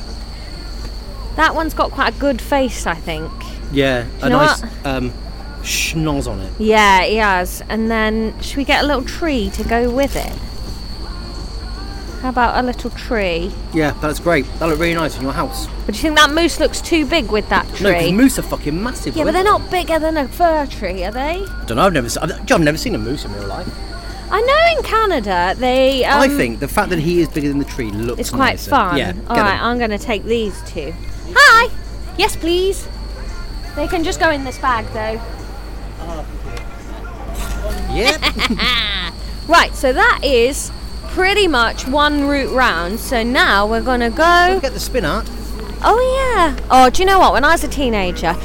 Speaker 2: That one's got quite a good face, I think.
Speaker 1: yeah,
Speaker 2: Do you
Speaker 1: a
Speaker 2: know
Speaker 1: nice
Speaker 2: what?
Speaker 1: um, schnoz on it.
Speaker 2: Yeah, he has. And then, should we get a little tree to go with it? How about a little tree?
Speaker 1: Yeah, that's great. That looked really nice in your house.
Speaker 2: But do you think that moose looks too big with that
Speaker 1: No, because
Speaker 2: tree?
Speaker 1: moose are fucking massive.
Speaker 2: yeah, but they're not bigger than a fir tree, are they?
Speaker 1: I don't know. I've never, se- I've, I've never seen a moose in real life.
Speaker 2: I know in Canada they. Um,
Speaker 1: I think the fact that he is bigger than the tree looks
Speaker 2: it's quite
Speaker 1: nicer.
Speaker 2: fun.
Speaker 1: Yeah,
Speaker 2: All
Speaker 1: get
Speaker 2: right,
Speaker 1: him.
Speaker 2: I'm going to take these two. Hi. Yes, please. They can just go in this bag though. <laughs> Yeah. right, so that is pretty much one route round. So now we're going to go.
Speaker 1: Get the spinach.
Speaker 2: Oh yeah. Oh, do you know what? When I was a teenager,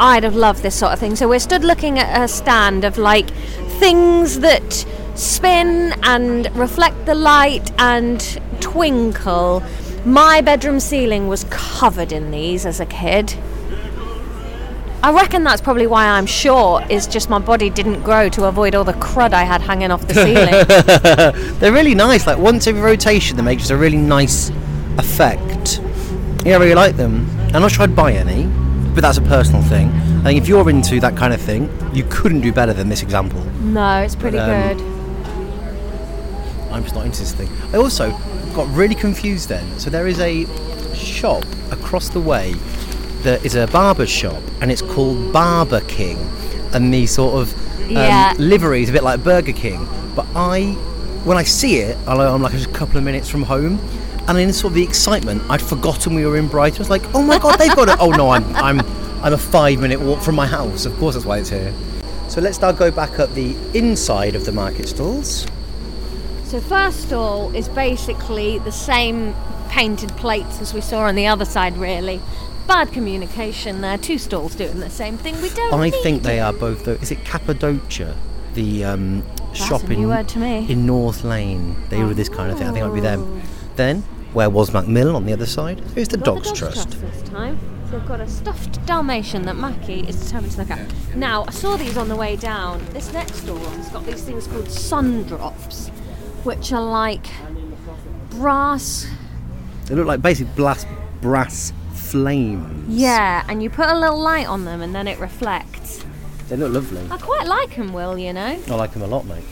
Speaker 2: I'd have loved this sort of thing. So we're stood looking at a stand of like things that spin and reflect the light and twinkle. My bedroom ceiling was covered in these as a kid. I reckon that's probably why I'm short, is just my body didn't grow to avoid all the crud I had hanging
Speaker 1: <laughs>
Speaker 2: off the
Speaker 1: <laughs>
Speaker 2: ceiling.
Speaker 1: They're really nice. Like once every rotation, they make just a really nice effect. Yeah, I really like them. I'm not sure I'd buy any, but that's a personal thing. I think if you're into that kind of thing, you couldn't do better than this example.
Speaker 2: no, it's pretty
Speaker 1: But, um,
Speaker 2: good.
Speaker 1: I'm just not into this thing. I also got really confused then. So there is a shop across the way that is a barber shop, and it's called Barber King, and the sort of um,
Speaker 2: Yeah.
Speaker 1: livery is a bit like Burger King. But I, when I see it, I know I'm like just a couple of minutes from home. And in sort of the excitement, I'd forgotten we were in Brighton. I was like, "Oh my god, they've got it!" oh no, I'm I'm I'm a five minute walk from my house. Of course, that's why it's here. So let's now go back up the inside of the market stalls.
Speaker 2: So first stall is basically the same painted plates as we saw on the other side. Really, bad communication there. Two stalls doing the same thing. We don't.
Speaker 1: I
Speaker 2: need
Speaker 1: think they are both. The, is it Cappadocia, the um,
Speaker 2: That's
Speaker 1: shop
Speaker 2: a new
Speaker 1: in
Speaker 2: word to me. Oh.
Speaker 1: in North Lane? They do this kind of thing. I think it might be them. Then where was Macmillan on the other side? There's the
Speaker 2: Got
Speaker 1: Dogs,
Speaker 2: Dogs
Speaker 1: Trust.
Speaker 2: this time. So I've got a stuffed Dalmatian that Mackie is determined to look at. Now, I saw these on the way down. This next door has got these things called sun drops, which are like brass.
Speaker 1: They look like basic brass brass flame.
Speaker 2: Yeah, and you put a little light on them and then it reflects.
Speaker 1: They look lovely.
Speaker 2: I quite like them, Will, you know?
Speaker 1: I like them a lot, mate.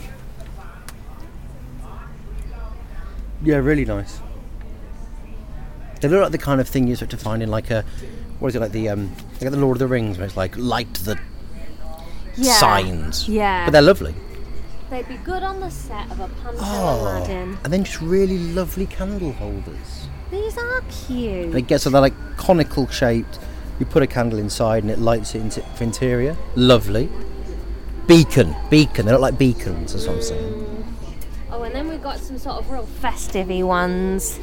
Speaker 1: Yeah, really nice. They look like the kind of thing you sort of find in like a, what is it like the um, like the Lord of the Rings, where it's like light the
Speaker 2: Yeah.
Speaker 1: signs.
Speaker 2: Yeah.
Speaker 1: but they're lovely.
Speaker 2: They'd be good on the set of a Panto
Speaker 1: Oh.
Speaker 2: Aladdin.
Speaker 1: and then just really lovely candle holders.
Speaker 2: These are cute.
Speaker 1: And it gets so they're like conical shaped. You put a candle inside and it lights it into for interior. Lovely. Beacon, beacon. They look like beacons. That's what I'm saying.
Speaker 2: Oh, and then we've got some sort of real festive ones.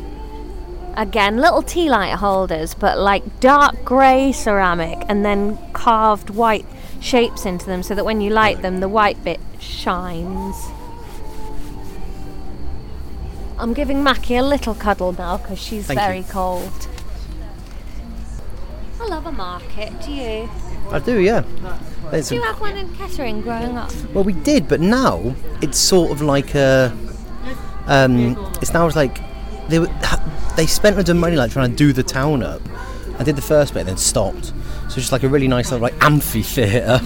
Speaker 2: Again, little tea light holders, but like dark grey ceramic and then carved white shapes into them so that when you light them, the white bit shines. I'm giving Mackie a little cuddle now because she's
Speaker 1: Thank you.
Speaker 2: very cold. I love a market, do you?
Speaker 1: I do, yeah. There's
Speaker 2: Do you
Speaker 1: some-
Speaker 2: have one in Kettering growing up?
Speaker 1: Well, we did, but now it's sort of like a. Um, it's now it's like they were, they spent loads of money like trying to do the town up. I did the first bit, and then stopped. So just like a really nice little like amphitheatre.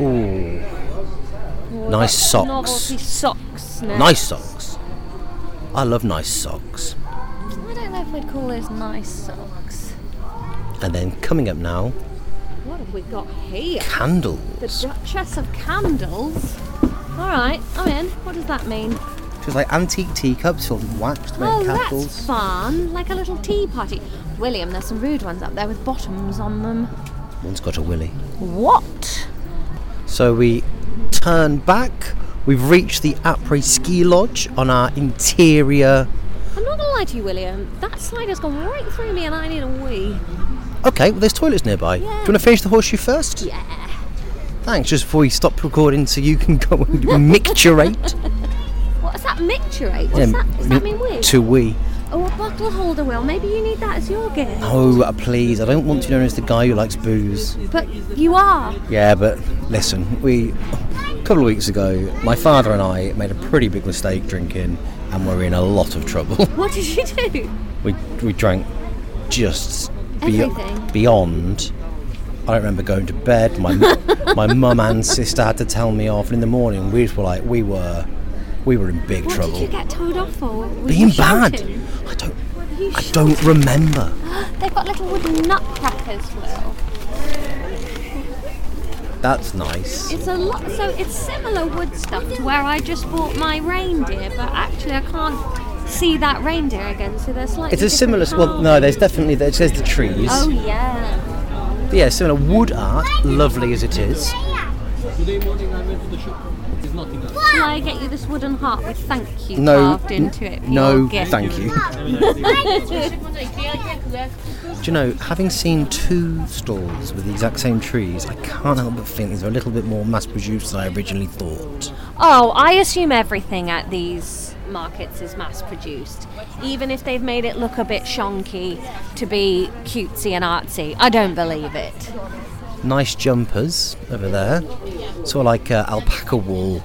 Speaker 1: Ooh,
Speaker 2: Or
Speaker 1: Nice
Speaker 2: like
Speaker 1: socks.
Speaker 2: Novelty socks. No.
Speaker 1: nice socks. I love nice socks.
Speaker 2: I don't know if we'd call those nice socks.
Speaker 1: And then coming up now,
Speaker 2: What have we got here?
Speaker 1: Candle.
Speaker 2: The Duchess of Candles. All right, I'm in. What does that mean?
Speaker 1: just like antique teacups filled with wax to make
Speaker 2: oh,
Speaker 1: candles.
Speaker 2: that's fun. Like a little tea party. William, there's some rude ones up there with bottoms on them.
Speaker 1: One's got a willy.
Speaker 2: What?
Speaker 1: So we turn back. We've reached the Après Ski Lodge on our interior.
Speaker 2: I'm not gonna lie to you, William. That slide has gone right through me, and I need a wee.
Speaker 1: Okay, well, there's toilets nearby. Do you want to finish the horseshoe first?
Speaker 2: Yeah.
Speaker 1: Thanks, just before we stop recording, so you can go
Speaker 2: <laughs>
Speaker 1: and micturate.
Speaker 2: What's that micturate? What's
Speaker 1: Yeah,
Speaker 2: that? Does that mean wee?
Speaker 1: To we.
Speaker 2: Oh, a bottle holder, Will. Maybe you need that as your gift.
Speaker 1: Oh, please, I don't want to be known as the guy who likes booze.
Speaker 2: But you are.
Speaker 1: Yeah, but listen, we. A couple of weeks ago, my father and I made a pretty big mistake drinking, and we're in a lot of trouble. <laughs>
Speaker 2: What did you do?
Speaker 1: We we drank just
Speaker 2: Everything.
Speaker 1: beyond. I don't remember going to bed.
Speaker 2: <laughs>
Speaker 1: My my mum and sister had to tell me off, and in the morning we were like we were we were in big
Speaker 2: What
Speaker 1: trouble.
Speaker 2: did you get told off for? Were
Speaker 1: Being
Speaker 2: you
Speaker 1: bad.
Speaker 2: shouting?
Speaker 1: I don't.
Speaker 2: Were you
Speaker 1: I don't remember.
Speaker 2: They've got little wooden nutcrackers, Will.
Speaker 1: That's nice.
Speaker 2: It's a lot. So it's similar wood stuff to where I just bought my reindeer, but actually I can't see that reindeer again, so they're slightly.
Speaker 1: It's a similar.
Speaker 2: different
Speaker 1: Well, no, there's definitely there's, there's the trees.
Speaker 2: colours. Oh yeah.
Speaker 1: Yeah, similar wood art, lovely as it is.
Speaker 6: Today morning I went to the shop. It's not enough.
Speaker 2: Will I get you this wooden heart with thank you
Speaker 1: No,
Speaker 2: carved into it? For
Speaker 1: no,
Speaker 2: your gift?
Speaker 1: thank you. Do you know, having seen two stalls with the exact same trees, I can't help but think these are a little bit more mass produced than I originally thought.
Speaker 2: Oh, I assume everything at these markets is mass produced, even if they've made it look a bit shonky to be cutesy and artsy. I don't believe it.
Speaker 1: Nice jumpers over there, sort of like uh, alpaca wool,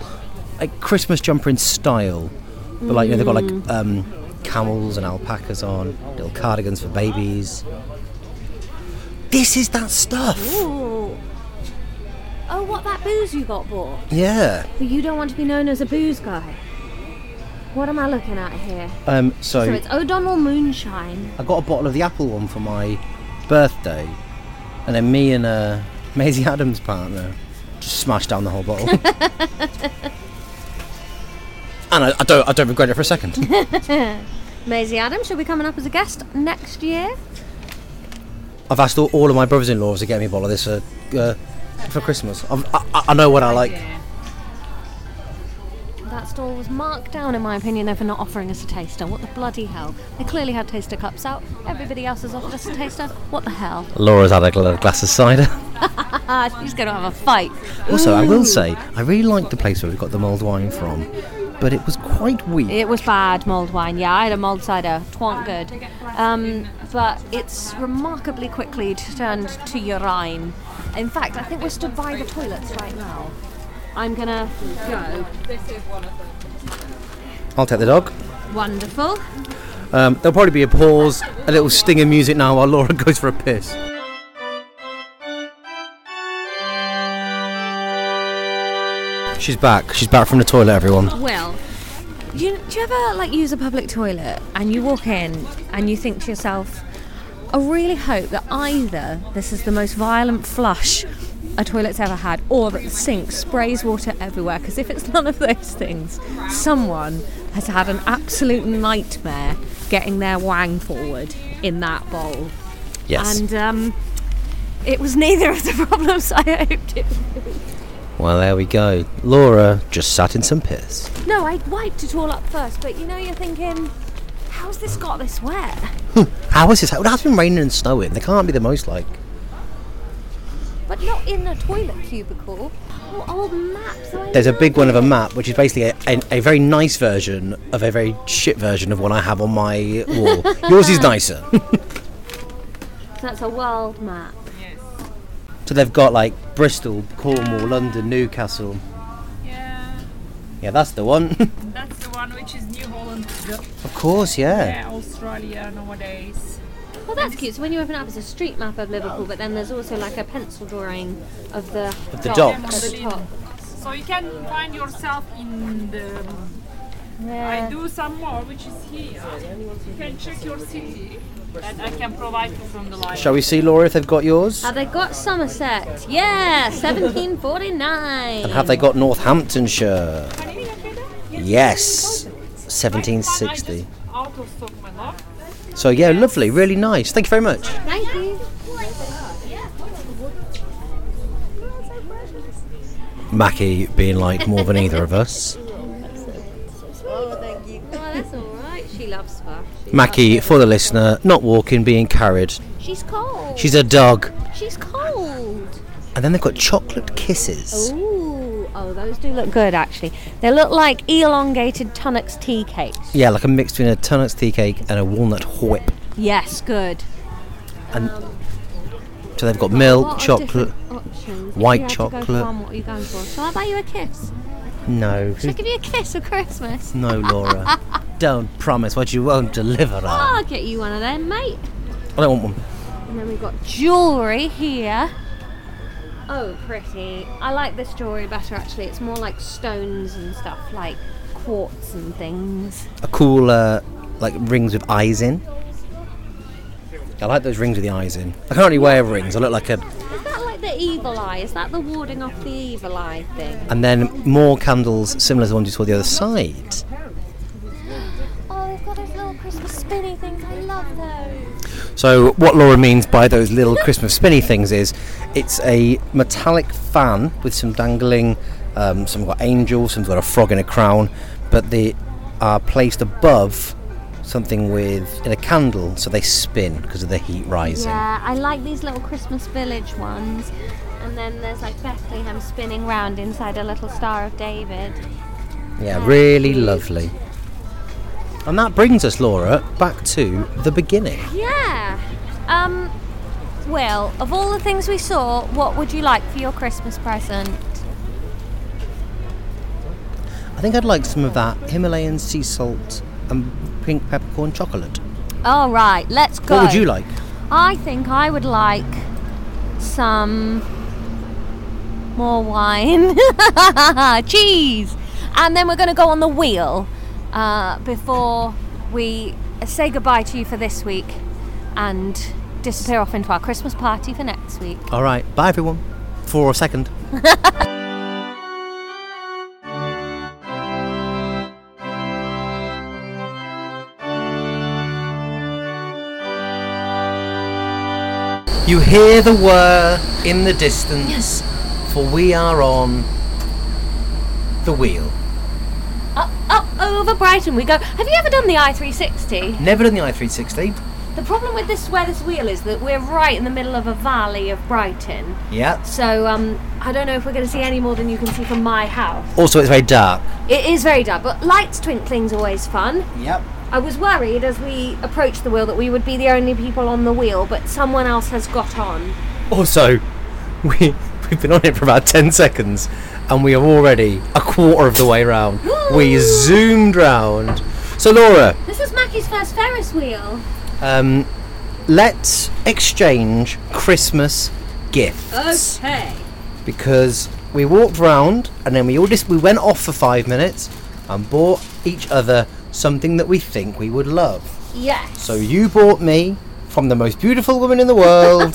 Speaker 1: like Christmas jumper in style, but like you know, they've got like
Speaker 2: Mm.
Speaker 1: um, camels and alpacas on, little cardigans for babies. This is that stuff.
Speaker 2: Ooh. Oh, what that booze you got bought?
Speaker 1: Yeah.
Speaker 2: But you don't want to be known as a booze guy. What am I looking at here?
Speaker 1: Um. So,
Speaker 2: so it's O'Donnell moonshine.
Speaker 1: I got a bottle of the apple one for my birthday, and then me and uh, Maisie Adams' partner just smashed down the whole <laughs> bottle. and I, I don't, I don't regret it for a second. <laughs>
Speaker 2: Maisie Adams, she'll be coming up as a guest next year.
Speaker 1: I've asked all, all of my brothers-in-laws to get me a bottle of this for uh, for Christmas. I've, I, I- I know what I like.
Speaker 7: That stall was marked down, in my opinion, though, for not offering us a taster. What the bloody hell? They clearly had taster cups out. Everybody else has offered us a taster. What the hell?
Speaker 1: Laura's had a gl- glass of cider.
Speaker 7: She's going to have a fight.
Speaker 1: <laughs> Also, I
Speaker 7: Ooh.
Speaker 1: will say, I really like the place where we got the mulled wine from, but it was quite weak.
Speaker 7: It was bad mulled wine. Yeah, I had a mulled cider. Twant good. Um, but it's remarkably quickly turned to urine. In fact, I think we're stood by the toilets right now. I'm gonna go. This is one of
Speaker 1: I'll take the dog.
Speaker 7: them. Wonderful.
Speaker 1: Um, there'll probably be a pause, a little sting of music now while Laura <laughs> goes for a piss. She's back. She's back from the toilet, everyone.
Speaker 7: Well, you, do you ever like use a public toilet and you walk in and you think to yourself, I really hope that either this is the most violent flush a toilet's ever had, or that the sink sprays water everywhere. Because if it's none of those things, someone has had an absolute nightmare getting their wang forward in that bowl.
Speaker 1: Yes.
Speaker 7: And um, it was neither of the <laughs> problems I hoped it would be.
Speaker 1: Well, there we go. Laura just sat in some piss.
Speaker 7: No, I wiped it all up first, but you know, you're thinking, how's this got this wet?
Speaker 1: How is this? It has been raining and snowing. They can't be the most like.
Speaker 7: But not in a toilet cubicle. Oh, old maps. I
Speaker 1: There's a
Speaker 7: know.
Speaker 1: big one of a map, which is basically a, a, a very nice version of a very shit version of one I have on my <laughs> wall. Yours is nicer.
Speaker 7: That's a world map.
Speaker 1: So they've got like Bristol, Cornwall, London, Newcastle. Yeah, that's the one. <laughs>
Speaker 8: That's the one which is New Holland.
Speaker 1: of course, yeah.
Speaker 8: Australia nowadays.
Speaker 7: Well, that's cute. So when you open it up, it's a street map of Liverpool, but then there's also like a pencil drawing of the
Speaker 1: Of the
Speaker 7: dock
Speaker 1: docks.
Speaker 7: at the top.
Speaker 8: So you can find yourself in the. I do some more, which is here. You can check your city, and I can provide you from the library.
Speaker 1: Shall we see, Laura, if they've got yours?
Speaker 7: Have they got Somerset? Yeah, <laughs> 1749.
Speaker 1: And have they got Northamptonshire? Yes, 1760.
Speaker 8: Out of stock, my love.
Speaker 1: So, yeah, lovely, really nice. Thank you very much.
Speaker 7: Thank you.
Speaker 1: Mackie being like more than either of us.
Speaker 7: Oh, thank you. Oh, that's all right. She loves spa. She
Speaker 1: Mackie,
Speaker 7: loves
Speaker 1: for the listener, not walking, being carried.
Speaker 7: it. She's cold.
Speaker 1: She's a dog.
Speaker 7: She's cold.
Speaker 1: And then they've got chocolate kisses.
Speaker 7: Ooh, oh, those do look good actually. They look like elongated Tunnocks tea cakes.
Speaker 1: Yeah, like a mix between a Tunnocks tea cake and a walnut whip.
Speaker 7: Yes, good.
Speaker 1: And so they've got milk,
Speaker 7: What are
Speaker 1: chocolate,
Speaker 7: different options? If
Speaker 1: white
Speaker 7: you had to go
Speaker 1: chocolate.
Speaker 7: farm, what are you going for? Shall I buy you a kiss?
Speaker 1: No.
Speaker 7: Shall I give you a kiss for Christmas? <laughs>
Speaker 1: No, Laura. don't promise what you won't deliver
Speaker 7: Oh,
Speaker 1: on.
Speaker 7: I'll get you one of them, mate.
Speaker 1: I don't want one.
Speaker 7: And then we've got jewellery here. Oh, pretty. I like this jewellery better actually. It's more like stones and stuff, like quartz and things.
Speaker 1: A cool, uh, like, rings with eyes in. I like those rings with the eyes in. I can't really wear rings. I look like a.
Speaker 7: Is that like the evil eye? Is that the warding off the evil eye thing?
Speaker 1: And then more candles similar to the ones you saw the other side.
Speaker 7: Oh, they've got those little Christmas spinny things. I love those.
Speaker 1: So what Laura means by those little Christmas spinny things is it's a metallic fan with some dangling. Um, some got angels, some's got a frog in a crown, but they are placed above something with in a candle, so they spin because of the heat rising.
Speaker 7: Yeah, I like these little Christmas village ones. And then there's like Bethlehem spinning round inside a little Star of David.
Speaker 1: Yeah, really lovely. And that brings us, Laura, back to the beginning.
Speaker 7: Yeah. Um. Well, of all the things we saw, what would you like for your Christmas present?
Speaker 1: I think I'd like some of that Himalayan sea salt and pink peppercorn chocolate.
Speaker 7: All right, let's go.
Speaker 1: What would you like?
Speaker 7: I think I would like some more wine, <laughs> cheese, and then we're going to go on the wheel uh, before we say goodbye to you for this week and disappear off into our Christmas party for next week.
Speaker 1: All right, bye everyone. For a second. <laughs> You hear the whir in the distance for we are on the wheel.
Speaker 7: Up, up over Brighton we go. Have you ever done the I360?
Speaker 1: Never done the I360.
Speaker 7: The problem with this where this wheel is that we're right in the middle of a valley of Brighton.
Speaker 1: Yeah.
Speaker 7: So um, I don't know if we're going to see any more than you can see from my house.
Speaker 1: Also, it's very dark.
Speaker 7: It is very dark, but lights twinkling's always fun.
Speaker 1: Yep.
Speaker 7: I was worried as we approached the wheel that we would be the only people on the wheel, but someone else has got on.
Speaker 1: Also, <laughs> we we've been on it for about ten seconds, and we are already a quarter of the way round. we zoomed round. So, Laura,
Speaker 7: This is Mackie's first Ferris wheel.
Speaker 1: um, let's exchange Christmas gifts.
Speaker 7: Okay.
Speaker 1: because we walked round and then we all just we went off for five minutes and bought each other something that we think we would love.
Speaker 7: Yes.
Speaker 1: So you bought me from the most beautiful woman in the world,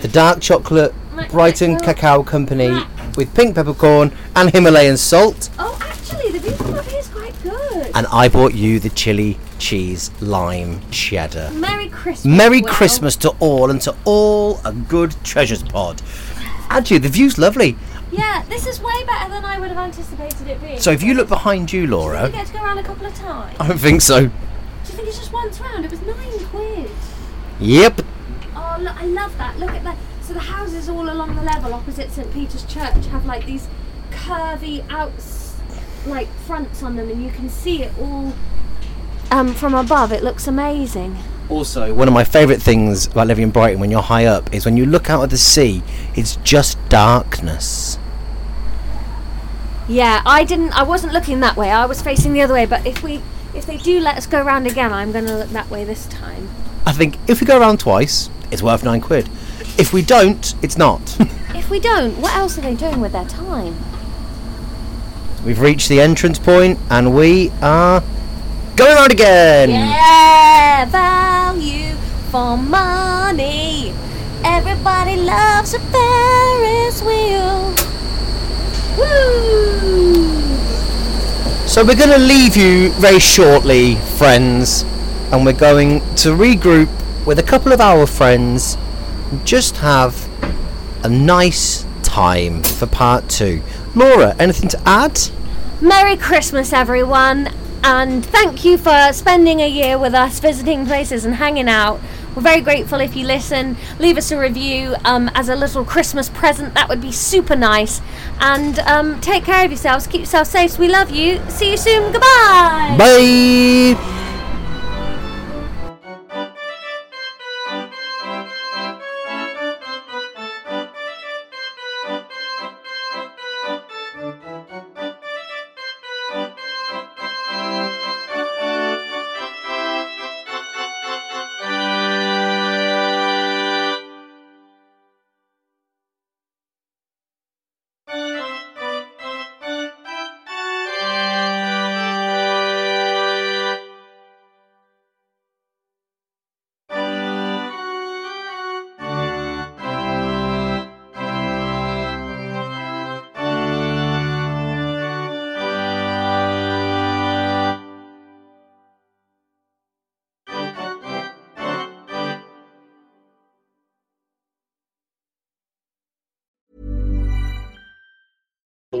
Speaker 1: the dark chocolate Brighton Cacao Company with pink peppercorn and Himalayan salt,
Speaker 7: Oh, actually, the view from up here is quite good.
Speaker 1: and I bought you the chili cheese lime cheddar.
Speaker 7: Merry Christmas.
Speaker 1: Merry
Speaker 7: Will.
Speaker 1: Christmas to all and to all a good treasures pod. Actually, the view's lovely.
Speaker 7: Yeah, this is way better than I would have anticipated it being.
Speaker 1: So if you look behind you, Laura,
Speaker 7: you get to go around a couple of times.
Speaker 1: I don't think so.
Speaker 7: Do you think it's just once round? It was nine quid.
Speaker 1: Yep.
Speaker 7: Oh, look, I love that. Look at that. So the houses all along the level opposite St Peter's Church have like these curvy outs, like fronts on them, and you can see it all. Um, from above, it looks amazing.
Speaker 1: Also, one of my favourite things about living in Brighton when you're high up is when you look out at the sea, it's just darkness.
Speaker 7: Yeah, I didn't. I wasn't looking that way. I was facing the other way. But if we, if they do let us go round again, I'm going to look that way this time.
Speaker 1: I think if we go around twice, it's worth nine quid. If we don't, it's not.
Speaker 7: If we don't, what else are they doing with their time?
Speaker 1: We've reached the entrance point and we are going round again.
Speaker 7: Yeah, value for money. Everybody loves a Ferris wheel. Woo!
Speaker 1: So we're going to leave you very shortly, friends, and we're going to regroup with a couple of our friends and just have a nice time for part two. Laura, anything to add?
Speaker 7: Merry Christmas, everyone, and thank you for spending a year with us, visiting places and hanging out. We're very grateful if you listen. Leave us a review um, as a little Christmas present. That would be super nice. And um, take care of yourselves. Keep yourselves safe. We love you. See you soon. Goodbye.
Speaker 1: Bye!
Speaker 9: The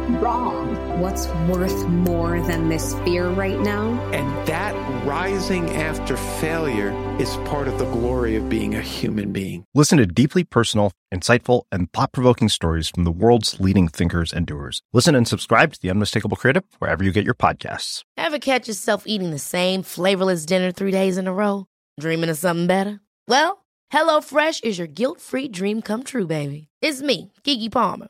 Speaker 10: wrong?
Speaker 11: What's worth more than this fear right now?
Speaker 12: And that rising after failure is part of the glory of being a human being.
Speaker 13: Listen to deeply personal, insightful, and thought provoking stories from the world's leading thinkers and doers. Listen and subscribe to The Unmistakable Creative wherever you get your podcasts.
Speaker 14: Ever catch yourself eating the same flavorless dinner three days in a row? Dreaming of something better? Well, HelloFresh is your guilt free dream come true, baby. It's me, Gigi Palmer.